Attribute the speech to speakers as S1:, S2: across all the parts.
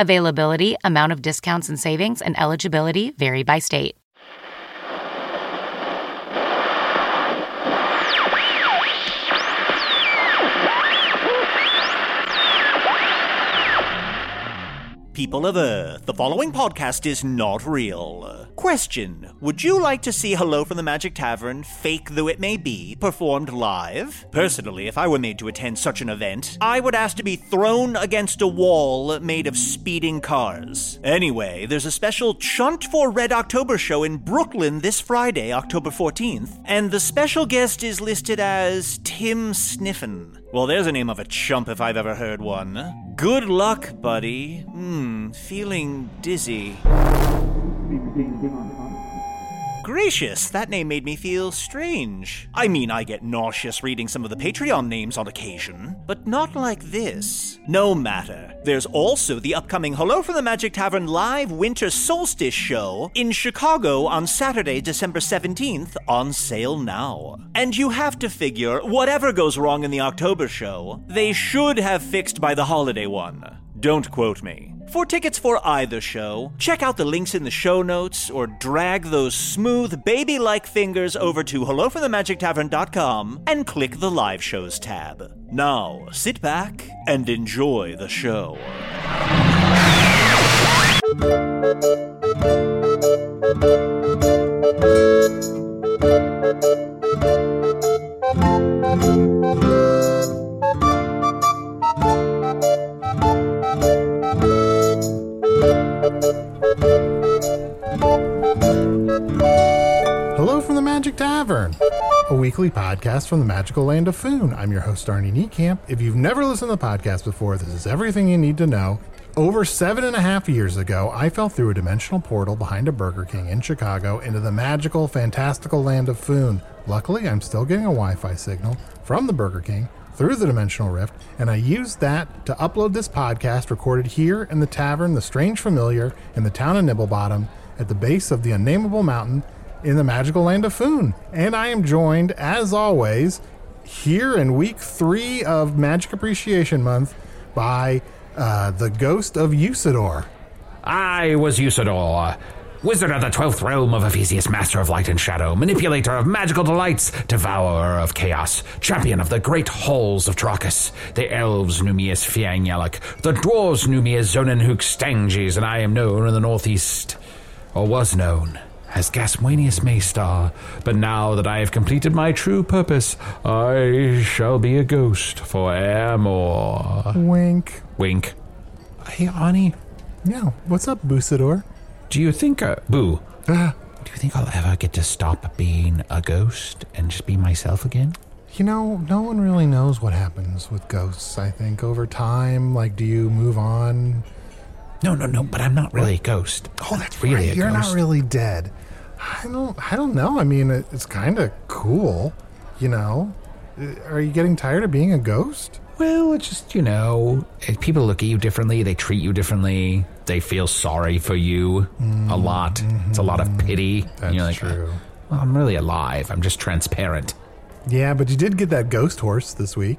S1: Availability, amount of discounts and savings, and eligibility vary by state.
S2: People of Earth, the following podcast is not real. Question Would you like to see Hello from the Magic Tavern, fake though it may be, performed live? Personally, if I were made to attend such an event, I would ask to be thrown against a wall made of speeding cars. Anyway, there's a special Chunt for Red October show in Brooklyn this Friday, October 14th, and the special guest is listed as Tim Sniffin. Well, there's a name of a chump if I've ever heard one. Good luck, buddy. Hmm, feeling dizzy. Gracious, that name made me feel strange. I mean, I get nauseous reading some of the Patreon names on occasion, but not like this. No matter. There's also the upcoming Hello from the Magic Tavern live winter solstice show in Chicago on Saturday, December 17th, on sale now. And you have to figure, whatever goes wrong in the October show, they should have fixed by the holiday one. Don't quote me. For tickets for either show, check out the links in the show notes or drag those smooth baby like fingers over to hellofromthemagictavern.com and click the live shows tab. Now, sit back and enjoy the show.
S3: Hello from the Magic Tavern, a weekly podcast from the magical land of Foon. I'm your host, Arnie Niekamp. If you've never listened to the podcast before, this is everything you need to know. Over seven and a half years ago, I fell through a dimensional portal behind a Burger King in Chicago into the magical, fantastical land of Foon. Luckily, I'm still getting a Wi Fi signal from the Burger King through the dimensional rift, and I used that to upload this podcast recorded here in the tavern, The Strange Familiar, in the town of Nibblebottom, at the base of the unnameable mountain in the magical land of Foon. And I am joined, as always, here in week three of Magic Appreciation Month by uh, the ghost of Usador.
S4: I was Usador, wizard of the twelfth realm of Ephesius, master of light and shadow, manipulator of magical delights, devourer of chaos, champion of the great halls of Trachis. The elves knew me as Fiang Yalak, the dwarves knew me as Zonenhook Stanges, and I am known in the northeast, or was known. As Gaswanius Maystar, but now that I have completed my true purpose, I shall be a ghost forevermore.
S3: Wink.
S4: Wink. Hey, Ani,
S3: Yeah, what's up, Busador?
S4: do you think, uh, Boo, do you think I'll ever get to stop being a ghost and just be myself again?
S3: You know, no one really knows what happens with ghosts, I think, over time. Like, do you move on?
S4: No, no, no, but I'm not really a ghost. Oh, that's really a
S3: You're
S4: ghost.
S3: not really dead. I don't I don't know. I mean, it, it's kind of cool, you know. Uh, Are you getting tired of being a ghost?
S4: Well, it's just, you know, if people look at you differently, they treat you differently, they feel sorry for you a lot. It's a lot of pity.
S3: That's
S4: You're like, "Uh,
S3: true.
S4: Well, I'm really alive. I'm just transparent.
S3: Yeah, but you did get that ghost horse this week.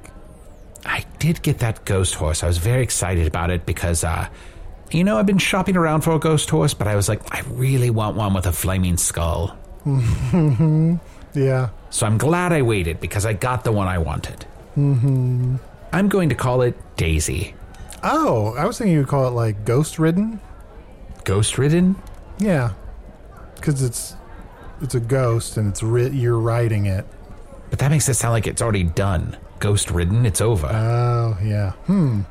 S4: I did get that ghost horse. I was very excited about it because, uh, you know, I've been shopping around for a ghost horse, but I was like, I really want one with a flaming skull.
S3: Yeah.
S4: So I'm glad I waited because I got the one I wanted. Mm-hmm. I'm going to call it Daisy.
S3: Oh, I was thinking you would call it like ghost ridden.
S4: Ghost ridden?
S3: Yeah, because it's it's a ghost and it's ri- you're riding it.
S4: But that makes it sound like it's already done. Ghost ridden, it's over.
S5: Uh,
S3: Oh yeah. Hmm.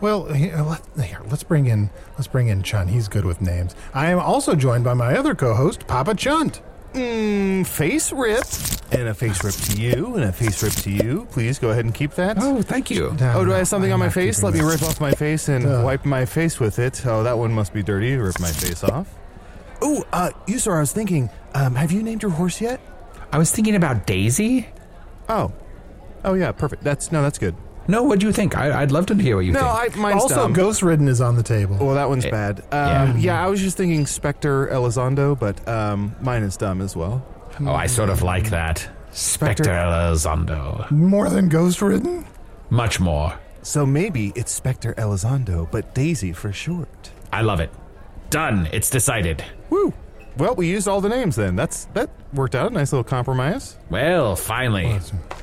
S3: Well, here, let, here, let's bring in let's bring in Chun. He's good with names. I am also joined by my other co-host, Papa Chunt.
S5: Mm, face rip. And a face rip to you, and a face rip to you. Please go ahead and keep that.
S4: oh, thank you.
S5: Oh, do I
S3: no,
S5: have something
S3: I'm
S5: on my
S3: not
S5: face?
S3: keeping
S5: Let me
S3: that.
S5: rip off my face and wipe my face with it. Oh, that one must be dirty. Rip my face off. Oh, uh, Usar, I was thinking, um, have you named your horse yet?
S4: I was thinking about Daisy.
S5: Oh. Oh, yeah, perfect. That's, no, that's good.
S4: No, what do you think? I, I'd love to hear what you
S5: No,
S4: think.
S5: I, mine's
S3: Also,
S5: dumb.
S3: ghost ridden is on the table.
S5: Well, that one's
S4: Eh,
S5: bad.
S4: yeah.
S5: Um, yeah. I was just thinking Spectre Elizondo, but um, mine is dumb as well.
S4: oh, I sort of like that. Spectre Elizondo.
S3: More than ghost ridden.
S4: Much more.
S5: So maybe it's Spectre Elizondo, but Daisy for short.
S4: I love it. Done. It's decided.
S5: Woo! Well, we used all the names then. That's that worked out. Nice little compromise.
S4: Well, finally.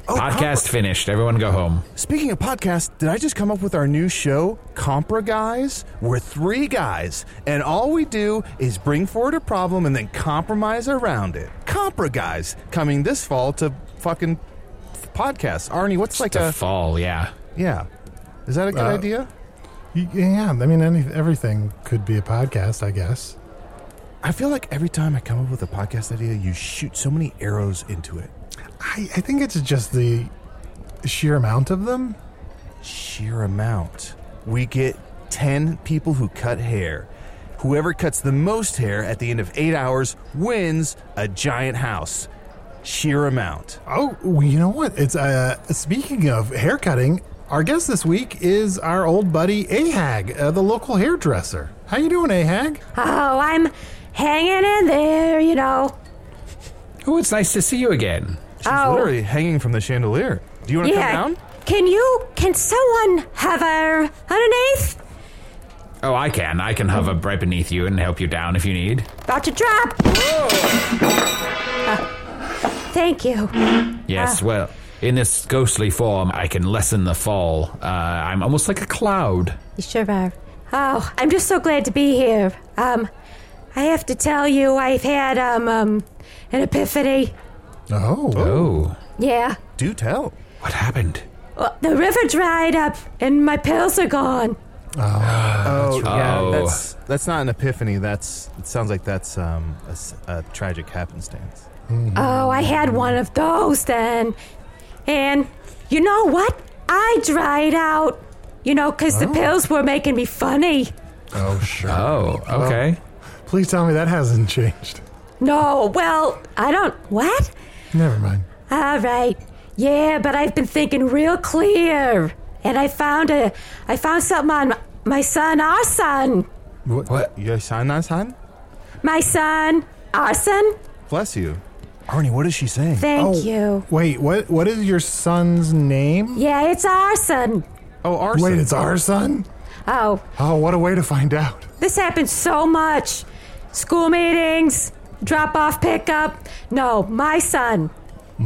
S5: Oh,
S4: Podcast finished. Everyone go home.
S5: Speaking of podcasts, did I just come up with our new show, Compra Guys? We're three guys, and all we do is bring forward a problem and then compromise around it. Compra Guys coming this fall to fucking f- podcasts. Arnie, what's like
S4: to
S5: a
S4: fall, yeah.
S5: yeah? Is that a good
S3: Uh,
S5: idea?
S3: Y- Yeah, I mean, any, everything could be a podcast, I guess.
S5: I feel like every time I come up with a podcast idea, you shoot so many arrows into it.
S3: I, I think it's just the sheer amount of them.
S5: sheer amount. We get 10 people who cut hair. Whoever cuts the most hair at the end of eight hours wins a giant house. Sheer amount.
S3: Oh, well, you know what? It's uh, speaking of haircutting. Our guest this week is our old buddy Ahag, uh, the local hairdresser. How you doing, Ahag?
S6: Oh, I'm hanging in there, you know.
S4: Oh, it's nice to see you again.
S5: She's
S6: Oh.
S5: literally hanging from the chandelier. Do you want to come down?
S6: Can you? Can someone hover underneath?
S4: Oh, I can. I can hover right beneath you and help you down if you need.
S6: About to drop. Ah, thank you.
S4: Yes, well, in this ghostly form, I can lessen the fall. Uh, I'm almost like a cloud.
S6: You sure are. Oh, I'm just so glad to be here. Um, I have to tell you, I've had um, um an epiphany.
S3: Oh,
S4: Oh,
S6: Yeah.
S5: Do tell.
S4: what happened?
S6: Well, the river dried up, and my pills are gone.
S5: Oh, yeah.
S4: Oh.
S5: That's that's not an epiphany. That's it sounds like that's um, a, s- a tragic happenstance.
S6: Oh, I had one of those then. And you know what? I dried out. You know, 'cause the pills were making me funny.
S3: oh, sure.
S4: Oh, okay.
S3: Please tell me that hasn't changed.
S6: No, well, I don't. What?
S3: Never mind.
S6: All right. Yeah, but I've been thinking real clear. And I found a. I found something on my son, our son.
S4: What?
S5: Your son, our son?
S6: My son, our son?
S5: Bless you. Arnie, what is she saying?
S6: Thank
S3: Oh,
S6: you.
S3: Wait, what? What is your son's name?
S6: Yeah, it's our son.
S5: oh, our son.
S3: Wait, it's our son.
S6: Oh,
S3: Oh, what a way to find out.
S6: This happens so much. School meetings, drop off, pick up. No, my son.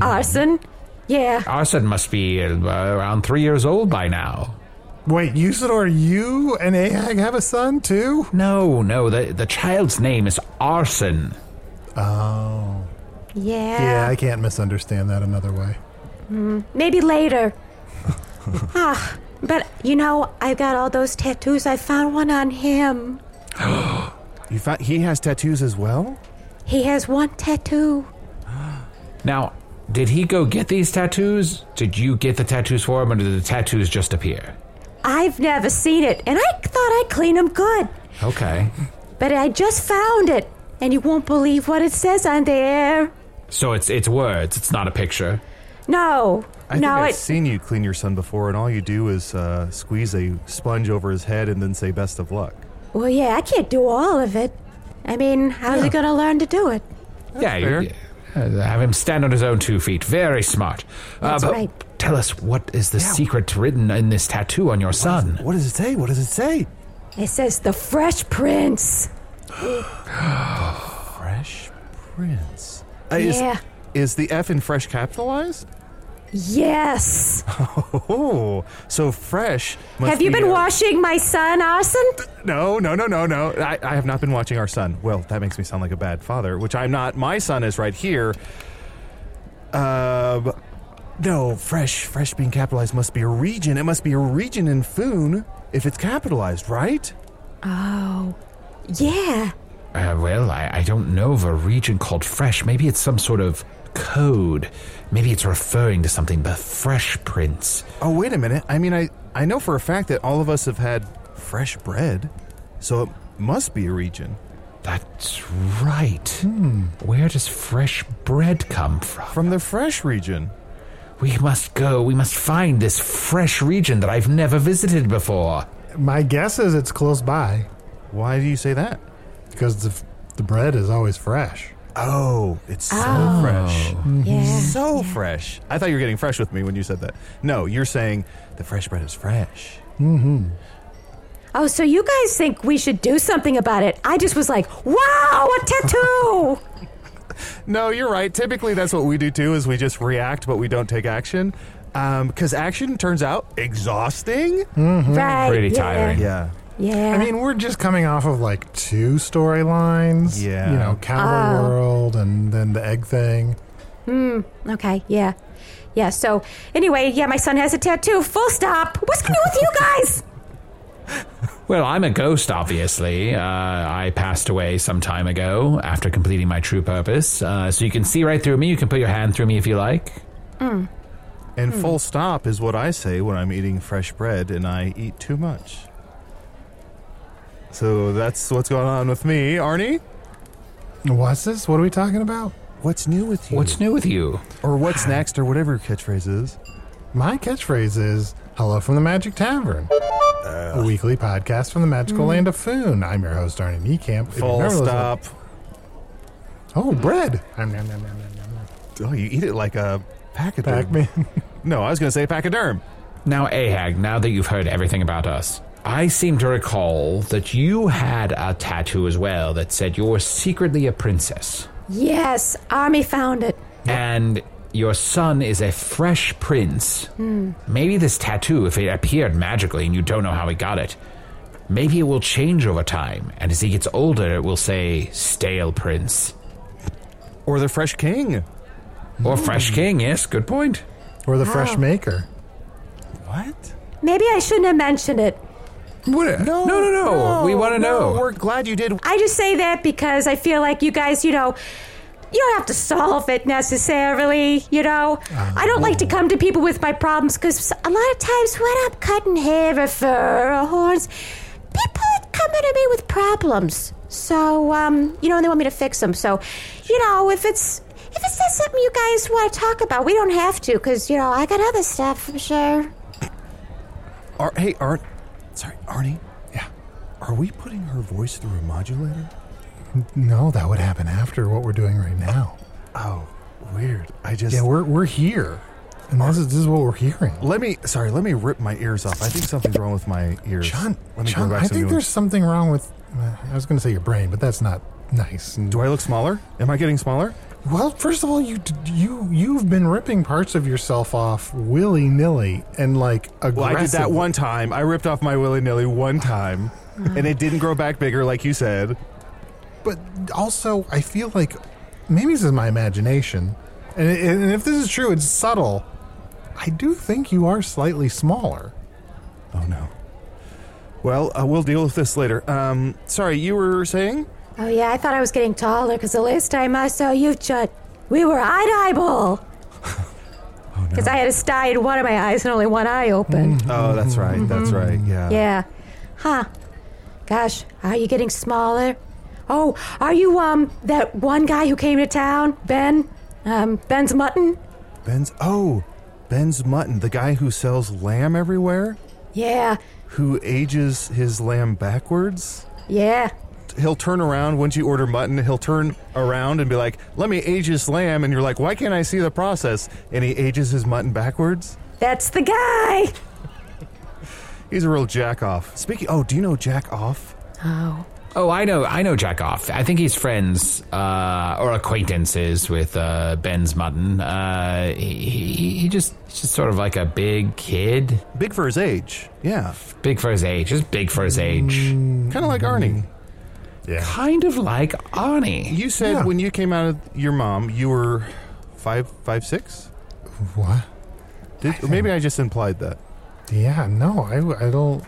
S6: Arson? Yeah.
S4: Our son must be uh, around three years old by now.
S3: Wait, Usador, you and Ahag have a son too?
S4: No, no, the, the child's name is Arson.
S3: Oh.
S6: Yeah.
S3: Yeah, I can't misunderstand that another way.
S6: Maybe later. ah, but you know, I got all those tattoos. I found one on him.
S5: You found, he has tattoos as well?
S6: He has one tattoo.
S4: Now, did he go get these tattoos? Did you get the tattoos for him, or did the tattoos just appear?
S6: I've never seen it, and I thought I'd clean him good.
S4: Okay.
S6: But I just found it, and you won't believe what it says on there.
S4: So it's it's words. It's not a picture.
S6: No,
S5: I
S6: No,
S5: think I've
S6: it-
S5: seen you clean your son before, and all you do is uh, squeeze a sponge over his head and then say best of luck.
S6: Well, yeah, I can't do all of it. I mean, how's he gonna learn to do it?
S4: yeah, you- uh, have him stand on his own two feet. Very smart. Uh,
S6: That's
S4: but
S6: right.
S4: Tell us what is the secret written in this tattoo on your son?
S5: What does it say? What does it say?
S6: It says the Fresh Prince.
S5: Fresh Prince. Uh, is-
S6: Yeah.
S5: Is, the F in fresh capitalized?
S6: Yes.
S5: Oh, so fresh. Must
S6: Have you
S5: be,
S6: been
S5: uh,
S6: washing my son, Arson?
S5: No, no, no, no, no. I, I have not been watching our son. Well, that makes me sound like a bad father, which I'm not. My son is right here. Um, no, fresh, fresh being capitalized must be a region. It must be a region in Foon if it's capitalized, right?
S6: Yeah.
S4: Uh, well, I, I don't know of a region called Fresh. Maybe it's some sort of code. Maybe it's referring to something, but Fresh Prince.
S5: Oh, wait a minute. I mean, I I know for a fact that all of us have had fresh bread, so it must be a region
S4: That's right.
S5: Hmm.
S4: Where does fresh bread come from?
S5: from the fresh region.
S4: We must go. We must find this fresh region that I've never visited before.
S3: My guess is it's close by
S5: Why do you say that?
S3: because the, the bread is always fresh.
S5: Oh, it's so fresh.
S4: Oh.
S6: Yeah.
S5: So fresh. I thought you were getting fresh with me when you said that. No, you're saying the fresh bread is fresh.
S6: Oh, so you guys think we should do something about it? I just was like, wow, a tattoo!
S5: No, you're right. Typically, that's what we do too. Is we just react, but we don't take action. Because action turns out exhausting.
S6: right.
S4: Pretty
S6: yeah,
S4: tiring.
S5: Yeah.
S6: Yeah.
S3: I mean, we're just coming off of like two storylines.
S5: Yeah.
S3: You know, Cowboy World and then the egg thing.
S6: okay, yeah. Yeah, so anyway, yeah, my son has a tattoo. Full stop. What's going on with you guys?
S4: Well, I'm a ghost, obviously. Uh, I passed away some time ago after completing my true purpose. Uh, so you can see right through me. You can put your hand through me if you like.
S5: And full stop is what I say when I'm eating fresh bread and I eat too much. So that's what's going on with me, Arnie.
S3: What's this? What are we talking about?
S5: What's new with you?
S4: What's new with you?
S5: or what's next or whatever your catchphrase is.
S3: My catchphrase is Hello from the Magic Tavern, a weekly podcast from the magical land of Foon. I'm your host, Arnie Niekamp. If you've
S5: Full
S3: never listened-
S5: stop.
S3: Oh, bread. Nom, nom, nom, nom, nom, nom.
S5: Oh, you eat it like a pachyderm.
S3: Pac Man.
S5: No, I was going to say pachyderm.
S4: Now, Ahag, now that you've heard everything about us, I seem to recall that you had a tattoo as well that said you were secretly a princess.
S6: Yes, Army found it.
S4: and your son is a fresh prince. Maybe this tattoo, if it appeared magically and you don't know how he got it, maybe it will change over time. And as he gets older, it will say stale prince
S5: Or the fresh king.
S4: or fresh king. Yes, good point.
S3: Or the Fresh Maker.
S5: What?
S6: Maybe I shouldn't have mentioned it.
S4: What? No, no, no, no. We want to
S5: no,
S4: know.
S5: We're glad you did.
S6: I just say that because I feel like you guys, you know, you don't have to solve it necessarily, you know. I don't like to come to people with my problems because a lot of times when I'm cutting hair or fur or horns, people are coming to me with problems. So, um, you know, and they want me to fix them. So, you know, if it's if it's not something you guys want to talk about, we don't have to because you know I got other stuff. I'm sure.
S5: Ar- hey, Arn. Sorry, Arnie. Yeah. Are we putting her voice through a modulator?
S3: No, that would happen after what we're doing right now.
S5: Oh, weird. I just.
S3: Yeah, we're, we're here. And this is, this is what we're hearing.
S5: let me. Sorry, let me rip my ears off. I think something's wrong with my ears.
S3: John,
S5: let me
S3: John
S5: go back
S3: I
S5: to
S3: think
S5: the
S3: there's something wrong with. uh, I was going to say your brain, but that's not nice.
S5: Do I look smaller? Am I getting smaller?
S3: Well, first of all, you d- you you've been ripping parts of yourself off willy nilly and like aggressive.
S5: Well, I did that one time. I ripped off my willy nilly one time, and it didn't grow back bigger, like you said.
S3: but also I feel like maybe this is my imagination, and, and if this is true, it's subtle. I do think you are slightly smaller.
S5: Oh no. Well, uh, we'll deal with this later. Um, sorry, you were saying?
S6: Oh yeah, I thought I was getting taller because the last time I saw you, Chut, we were eye to eyeball. Because I had a sty in one of my eyes and only one eye open.
S5: Oh,
S3: Mm-hmm.
S5: that's right. That's right. Yeah.
S6: Yeah. Huh. Gosh, are you getting smaller? Oh, are you um that one guy who came to town, Ben? Um, Ben's mutton.
S5: Ben's. Oh, Ben's Mutton, the guy who sells lamb everywhere,
S6: Yeah,
S5: who ages his lamb backwards.
S6: yeah.
S5: He'll turn around once you order mutton. He'll turn around and be like, "Let me age this lamb," and you're like, "Why can't I see the process?" And he ages his mutton backwards.
S6: That's the guy.
S5: He's a real jack off. Speaking, oh, do you know jack off?
S6: Oh.
S4: Oh, I know, I know Jack Off. I think he's friends uh, or acquaintances with uh, Ben's Mutton. Uh, he, he, he just he's just sort of like a big kid,
S5: Big for his age. Yeah,
S4: big for his age, just big for his age,
S5: kind of like Arnie.
S4: kind of like Arnie.
S5: You said
S3: Yeah.
S5: when you came out of your mom, you were five, five, six.
S3: What?
S5: Did, maybe I just implied that.
S3: Yeah, no, I, w- I don't.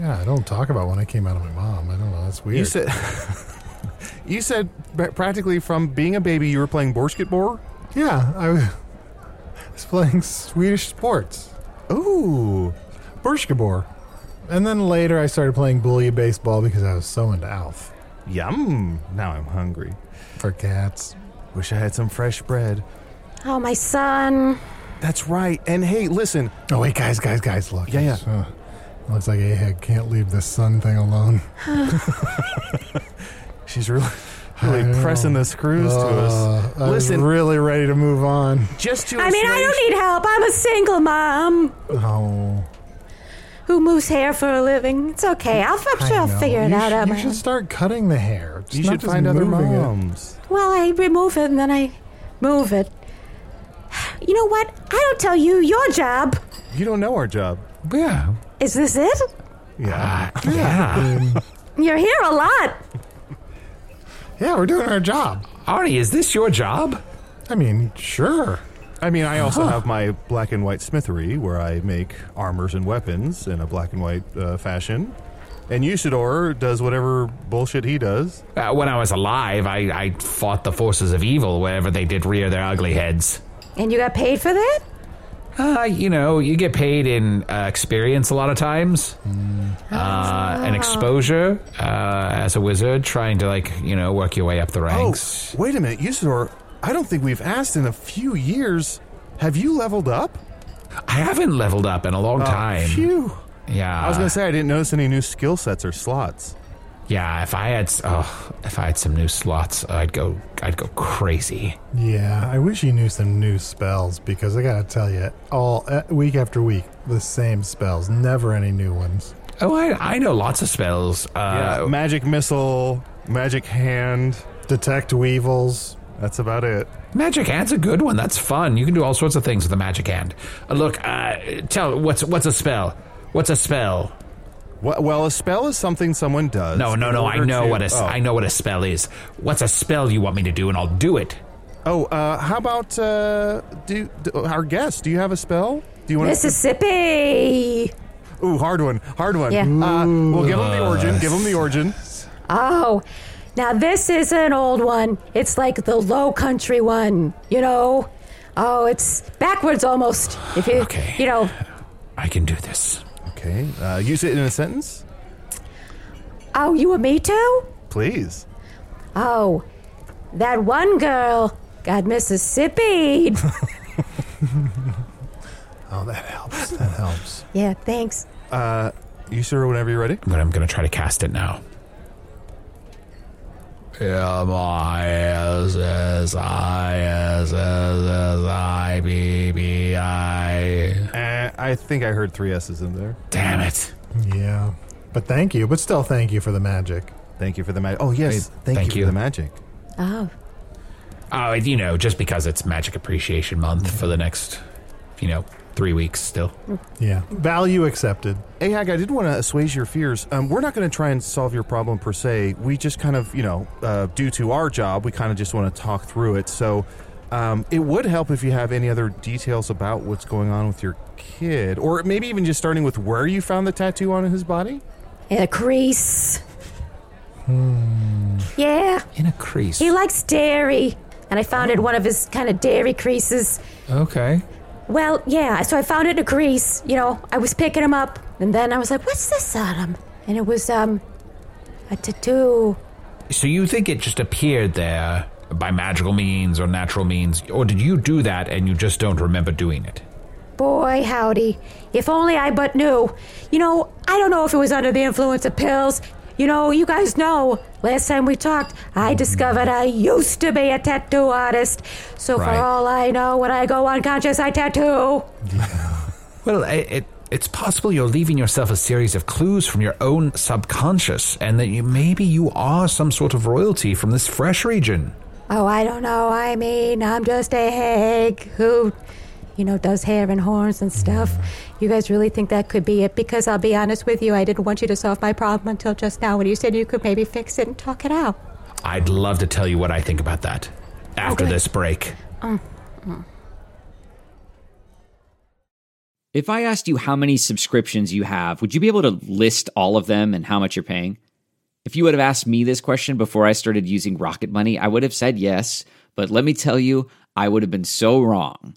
S3: Yeah, I don't talk about when I came out of my mom. I don't know. That's weird.
S5: You said you said pra- practically from being a baby you were playing basketball.
S3: yeah, I w- was playing Swedish sports,
S5: Ooh,
S3: Borskabor, and then later I started playing bully baseball because I was so into Alf
S5: yum! Now I'm hungry.
S3: for cats.
S5: Wish I had some fresh bread.
S6: Oh, my son.
S5: That's right. And hey, listen,
S3: Oh wait, guys, guys, guys, look.
S5: Yeah, yeah.
S3: Uh, looks like Ahab can't leave this sun thing alone.
S5: she's really really
S3: I know. Uh,
S5: pressing the screws to us.
S3: I was
S5: Listen,
S3: really ready to move on.
S5: just to
S6: I mean, I
S5: assuage-
S6: don't need help. I'm a single mom
S3: Oh,
S6: who moves hair for a living. It's okay. I'll, I'm
S3: Mm, I
S6: sure I'll
S3: know.
S6: figure it
S3: You
S6: out
S3: sh-
S6: on
S3: You
S6: my own.
S3: should start cutting the hair. It's
S5: You
S3: not
S5: should
S3: just
S5: find other
S3: moving it.
S5: moms.
S6: Well, I remove it and then I move it. You know what? I don't tell you your job.
S5: You don't know our job.
S4: Yeah,
S6: Is this it?
S3: Ah,
S5: Yeah.
S4: yeah.
S6: You're here a lot.
S3: Yeah, we're doing our job.
S4: Arnie, is this your job?
S3: I mean, sure.
S5: I mean, I also have my black and white smithery where I make armors and weapons in a black and white uh, fashion. And Usador does whatever bullshit he does.
S4: Uh, when I was alive, I, I fought the forces of evil wherever they did rear their ugly heads.
S6: And you got paid for that?
S4: Uh, you know, you get paid in uh, experience a lot of times,
S5: Mm.
S4: uh,
S5: Ah.
S4: and exposure uh, as a wizard, trying to like you know work your way up the ranks.
S5: Oh, wait a minute, Usador. I don't think we've asked in a few years. Have you leveled up?
S4: I haven't leveled up in a long time.
S5: Oh, Phew.
S4: Yeah,
S5: I was gonna
S3: Uh,
S5: say I didn't notice any new skill sets or slots.
S4: yeah. If I had, s- oh, if I had some new slots, I'd go, I'd go crazy.
S3: Yeah, I wish you knew some new spells because I gotta tell you, all uh, week after week, the same spells, never any new ones.
S4: Oh, I, I know lots of spells. Uh,
S5: magic missile, magic hand.
S3: Detect weevils.
S5: That's about it.
S4: Magic hand's a good one. That's fun. You can do all sorts of things with a magic hand. Uh, look, uh, tell what's what's a spell? What's a spell?
S5: Wha- Well, a spell is something someone does.
S4: No, no,
S5: in
S4: no. I
S5: order
S4: know
S5: to-
S4: what a s
S5: oh.
S4: I know what a spell is. What's a spell you want me to do, and I'll do it.
S5: Oh, uh, how about uh, do, do our guest? Do you have a spell? Do you want
S6: Mississippi.
S5: to? Ooh, hard one, hard one.
S6: Yeah.
S5: Uh, well, give him the origin. Give him the origin.
S6: Oh, now this is an old one. It's like the low country one, you know? Oh, it's backwards almost. If you,
S4: Okay.
S6: you know,
S4: I can do this.
S5: Okay. Uh, use it in a sentence,
S6: oh, you and me too?
S5: please.
S6: Oh, that one girl got Mississippi.
S3: Oh, that helps. That helps.
S6: yeah, thanks.
S5: You sir, whenever you're ready.
S4: But I'm gonna try to cast it now. Am I as as I as as as I b b i?
S5: Uh, I think I heard three S's in there.
S4: Damn it!
S3: Yeah, but thank you. But still, thank you for the magic.
S5: Thank you for the magic. Oh yes,
S4: Hey,
S5: thank,
S4: thank
S5: you,
S4: you.
S5: for the magic.
S6: Oh,
S4: Oh, you know, just because it's Magic Appreciation Month for the next, you know, three weeks still.
S3: Yeah, value accepted.
S5: Hey, Hag, I did want to assuage your fears. Um, we're not going to try and solve your problem per se. We just kind of, you know, uh, due to our job, we kind of just want to talk through it. So um, it would help if you have any other details about what's going on with your kid, or maybe even just starting with where you found the tattoo on his body.
S6: in a crease. Yeah,
S4: In a crease.
S6: he likes dairy. And I found it one of his kind of dairy creases.
S4: okay.
S6: Well, yeah, so I found it in a crease. You know, I was picking him up, and then I was like, what's this on him? And it was, um, a tattoo.
S4: So you think it just appeared there by magical means or natural means, or did you do that and you just don't remember doing it?
S6: Boy, howdy. If only I but knew. You know, I don't know if it was under the influence of pills. You know, you guys know, last time we talked, I discovered I used to be a tattoo artist. So
S4: Right.
S6: for all I know, when I go unconscious, I tattoo.
S4: Well, I, it, it's possible you're leaving yourself a series of clues from your own subconscious, and that you, maybe you are some sort of royalty from this fresh region.
S6: Oh, I don't know. I mean, I'm just a hag who, you know, does hair and horns and stuff. You guys really think that could be it? Because I'll be honest with you, I didn't want you to solve my problem until just now when you said you could maybe fix it and talk it out.
S4: I'd love to tell you what I think about that after
S6: Okay.
S4: this break.
S7: If I asked you how many subscriptions you have, would you be able to list all of them and how much you're paying? If you would have asked me this question before I started using Rocket Money, I would have said yes. But let me tell you, I would have been so wrong.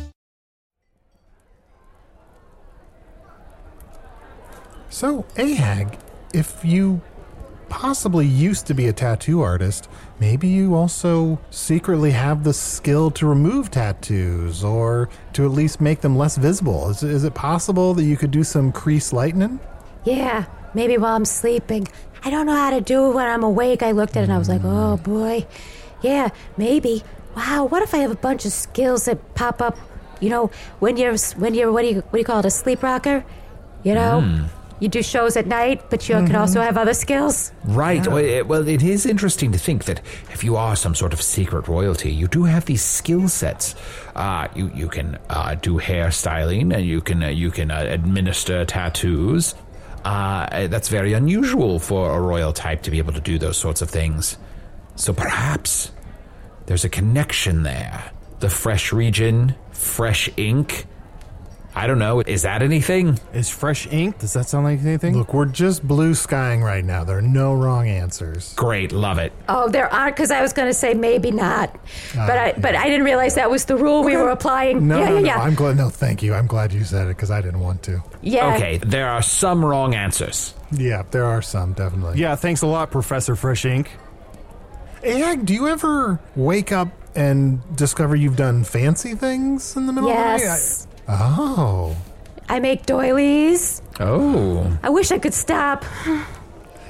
S3: So, Ahag, if you possibly used to be a tattoo artist, maybe you also secretly have the skill to remove tattoos or to at least make them less visible. Is, is it possible that you could do some crease lightening?
S6: Yeah, maybe while I'm sleeping. I don't know how to do it when I'm awake. I looked at it and I was like,
S3: Mm.
S6: oh boy. Yeah, maybe. Wow, what if I have a bunch of skills that pop up, you know, when you're, when you're, what do you, what do you call it, a sleep rocker? You know?
S3: Mm.
S6: You do shows at night, but you can
S3: Mm-hmm.
S6: also have other skills.
S4: Right. Well, it, well, it is interesting to think that if you are some sort of secret royalty, you do have these skill sets. Uh, you you can uh, do hairstyling, and you can uh, you can uh, administer tattoos. Uh, Uh, that's very unusual for a royal type to be able to do those sorts of things. So perhaps there's a connection there. The fresh region, fresh ink. I don't know. Is that anything?
S5: Is fresh ink? Does that sound like anything?
S3: Look, we're just blue skying right now. There are no wrong answers.
S4: Great. Love it.
S6: Oh, there aren't, because I was going to say maybe not, but I, but I didn't realize that was the rule we were applying.
S3: Ah, No,
S6: yeah,
S3: no,
S6: yeah,
S3: no.
S6: yeah.
S3: I'm glad. No, thank you. I'm glad you said it because I didn't want to.
S6: yeah.
S4: Okay. There are some wrong answers.
S3: Yeah, there are some definitely.
S5: yeah, thanks a lot, Professor Fresh Ink.
S3: Ahag, do you ever wake up and discover you've done fancy things in the middle
S6: Yes,
S3: of the night? Oh.
S6: I make doilies.
S4: Oh.
S6: I wish I could stop.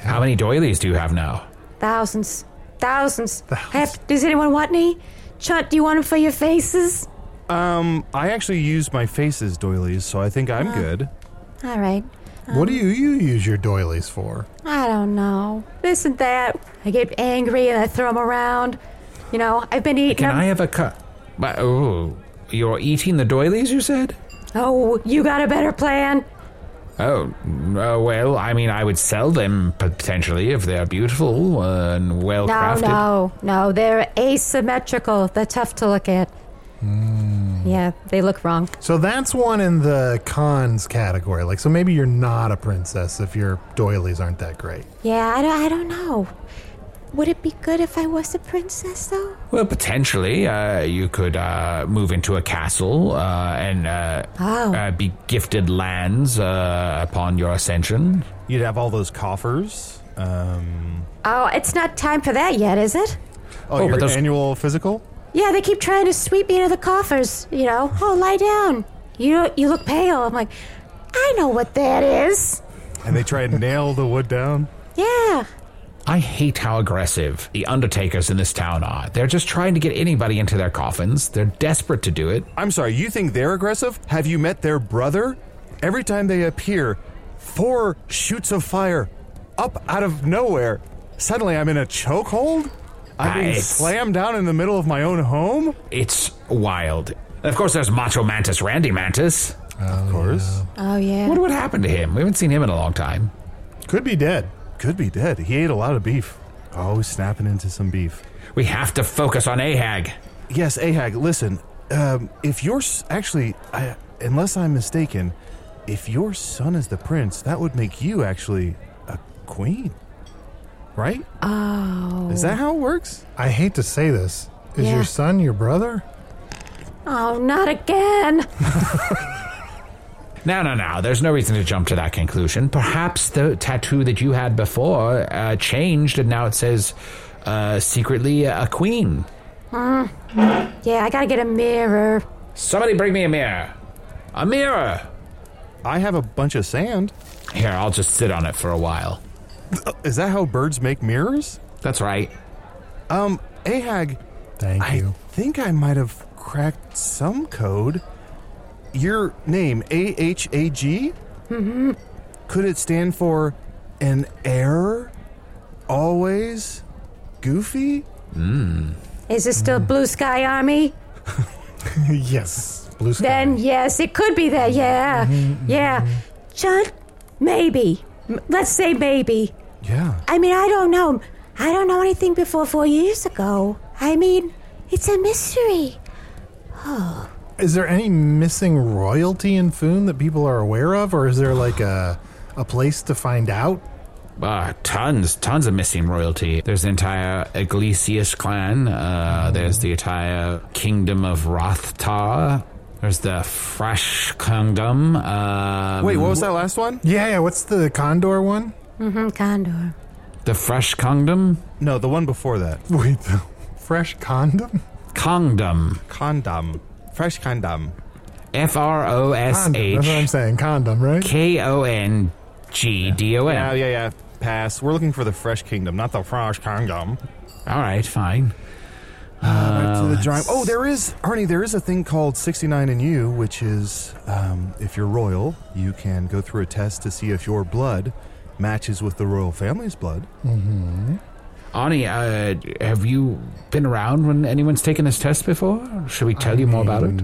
S4: How many doilies do you have now?
S6: Thousands. Thousands. Hep, does anyone want any? Chunt, do you want them for your faces?
S5: Um, I actually use my face's doilies, so I think I'm good.
S6: All right.
S3: What do you, you use your doilies for?
S6: I don't know. This and that. I get angry and I throw them around. You know, I've been eating
S4: Can
S6: them.
S4: I have a cut? But oh, you're eating the doilies, you said?
S6: Oh, you got a better plan?
S4: Oh, uh, well, I mean, I would sell them potentially if they're beautiful uh, and well
S6: No,
S4: crafted.
S6: no, no. They're asymmetrical. They're tough to look at.
S4: Hmm.
S6: Yeah, they look wrong.
S3: So that's one in the cons category. Like, so maybe you're not a princess if your doilies aren't that great.
S6: Yeah, I don't, I don't know. Would it be good if I was a princess, though?
S4: Well, potentially, uh, you could uh, move into a castle uh, and uh,
S6: Oh.
S4: uh, be gifted lands uh, upon your ascension.
S5: You'd have all those coffers. Um,
S6: Oh, it's not time for that yet, is it?
S5: oh, your
S4: but those-
S5: annual physical?
S6: Yeah, they keep trying to sweep me into the coffers. You know, oh, lie down. You you look pale. I'm like, I know what that is.
S5: And they try and nail the wood down.
S6: Yeah.
S4: I hate how aggressive the undertakers in this town are. They're just trying to get anybody into their coffins. They're desperate to do it.
S5: I'm sorry, you think they're aggressive? Have you met their brother? Every time they appear, four shoots of fire up out of nowhere. Suddenly I'm in a chokehold? I'm being
S4: Nice.
S5: slammed down in the middle of my own home?
S4: It's wild. Of course, there's Macho Mantis Randy Mantis.
S5: Of course.
S6: Oh, yeah.
S4: What would happen to him? We haven't seen him in a long time.
S3: Could be dead.
S5: Could be dead. He ate a lot of beef. Always snapping into some beef.
S4: We have to focus on Ahag.
S5: Yes, Ahag, listen. Um, if your s- actually, I, unless I'm mistaken, if your son is the prince, that would make you actually a queen, right?
S6: Uh,
S5: Oh, is that how it works?
S3: I hate to say this. Is
S6: Yeah.
S3: your son your brother?
S6: Oh, not again.
S4: No, no, no. There's no reason to jump to that conclusion. Perhaps the tattoo that you had before uh, changed, and now it says uh, secretly a queen.
S6: Yeah, I gotta get a mirror.
S4: Somebody bring me a mirror. A mirror.
S5: I have a bunch of sand.
S4: Here, I'll just sit on it for a while.
S5: Is that how birds make mirrors?
S4: That's right.
S5: Um, Ahag,
S3: Thank
S5: I
S3: you.
S5: think I might have cracked some code. Your name, A H A G? Could it stand for an error? Always? Goofy?
S6: Is this still Blue Sky Army?
S3: yes. Blue sky.
S6: Then yes, it could be that. Yeah, yeah. John, maybe. M- Let's say maybe.
S5: Yeah.
S6: I mean, I don't know. I don't know anything before four years ago. I mean, it's a mystery.
S3: Is there any missing royalty in Foon that people are aware of, or is there like a a place to find out?
S4: Ah, tons, tons of missing royalty. There's the entire Iglesias clan. Uh, there's the entire kingdom of Rothtar. There's the Fresh Kingdom. Um,
S5: Wait, what was that last one?
S3: Yeah, yeah. What's the Condor one?
S6: Mm-hmm, Condor.
S4: The Fresh Kingdom?
S5: No, the one before that.
S3: Wait, the fresh condom.
S4: Kingdom.
S5: Condom. Fresh condom.
S4: F R O S
S3: Condom, That's what I'm
S4: H
S3: saying. Condom, right?
S4: K O N G D O
S5: Yeah,
S4: N.
S5: yeah, yeah. Pass. We're looking for the fresh kingdom, not the fresh kingdom.
S4: All right, fine.
S5: Back to the drawing. Oh, there is Arnie. There is a thing called 69 and You, which is um, if you're royal, you can go through a test to see if your blood matches with the royal family's blood.
S4: Ani, uh, have you been around when anyone's taken this test before? Should we tell you more about it?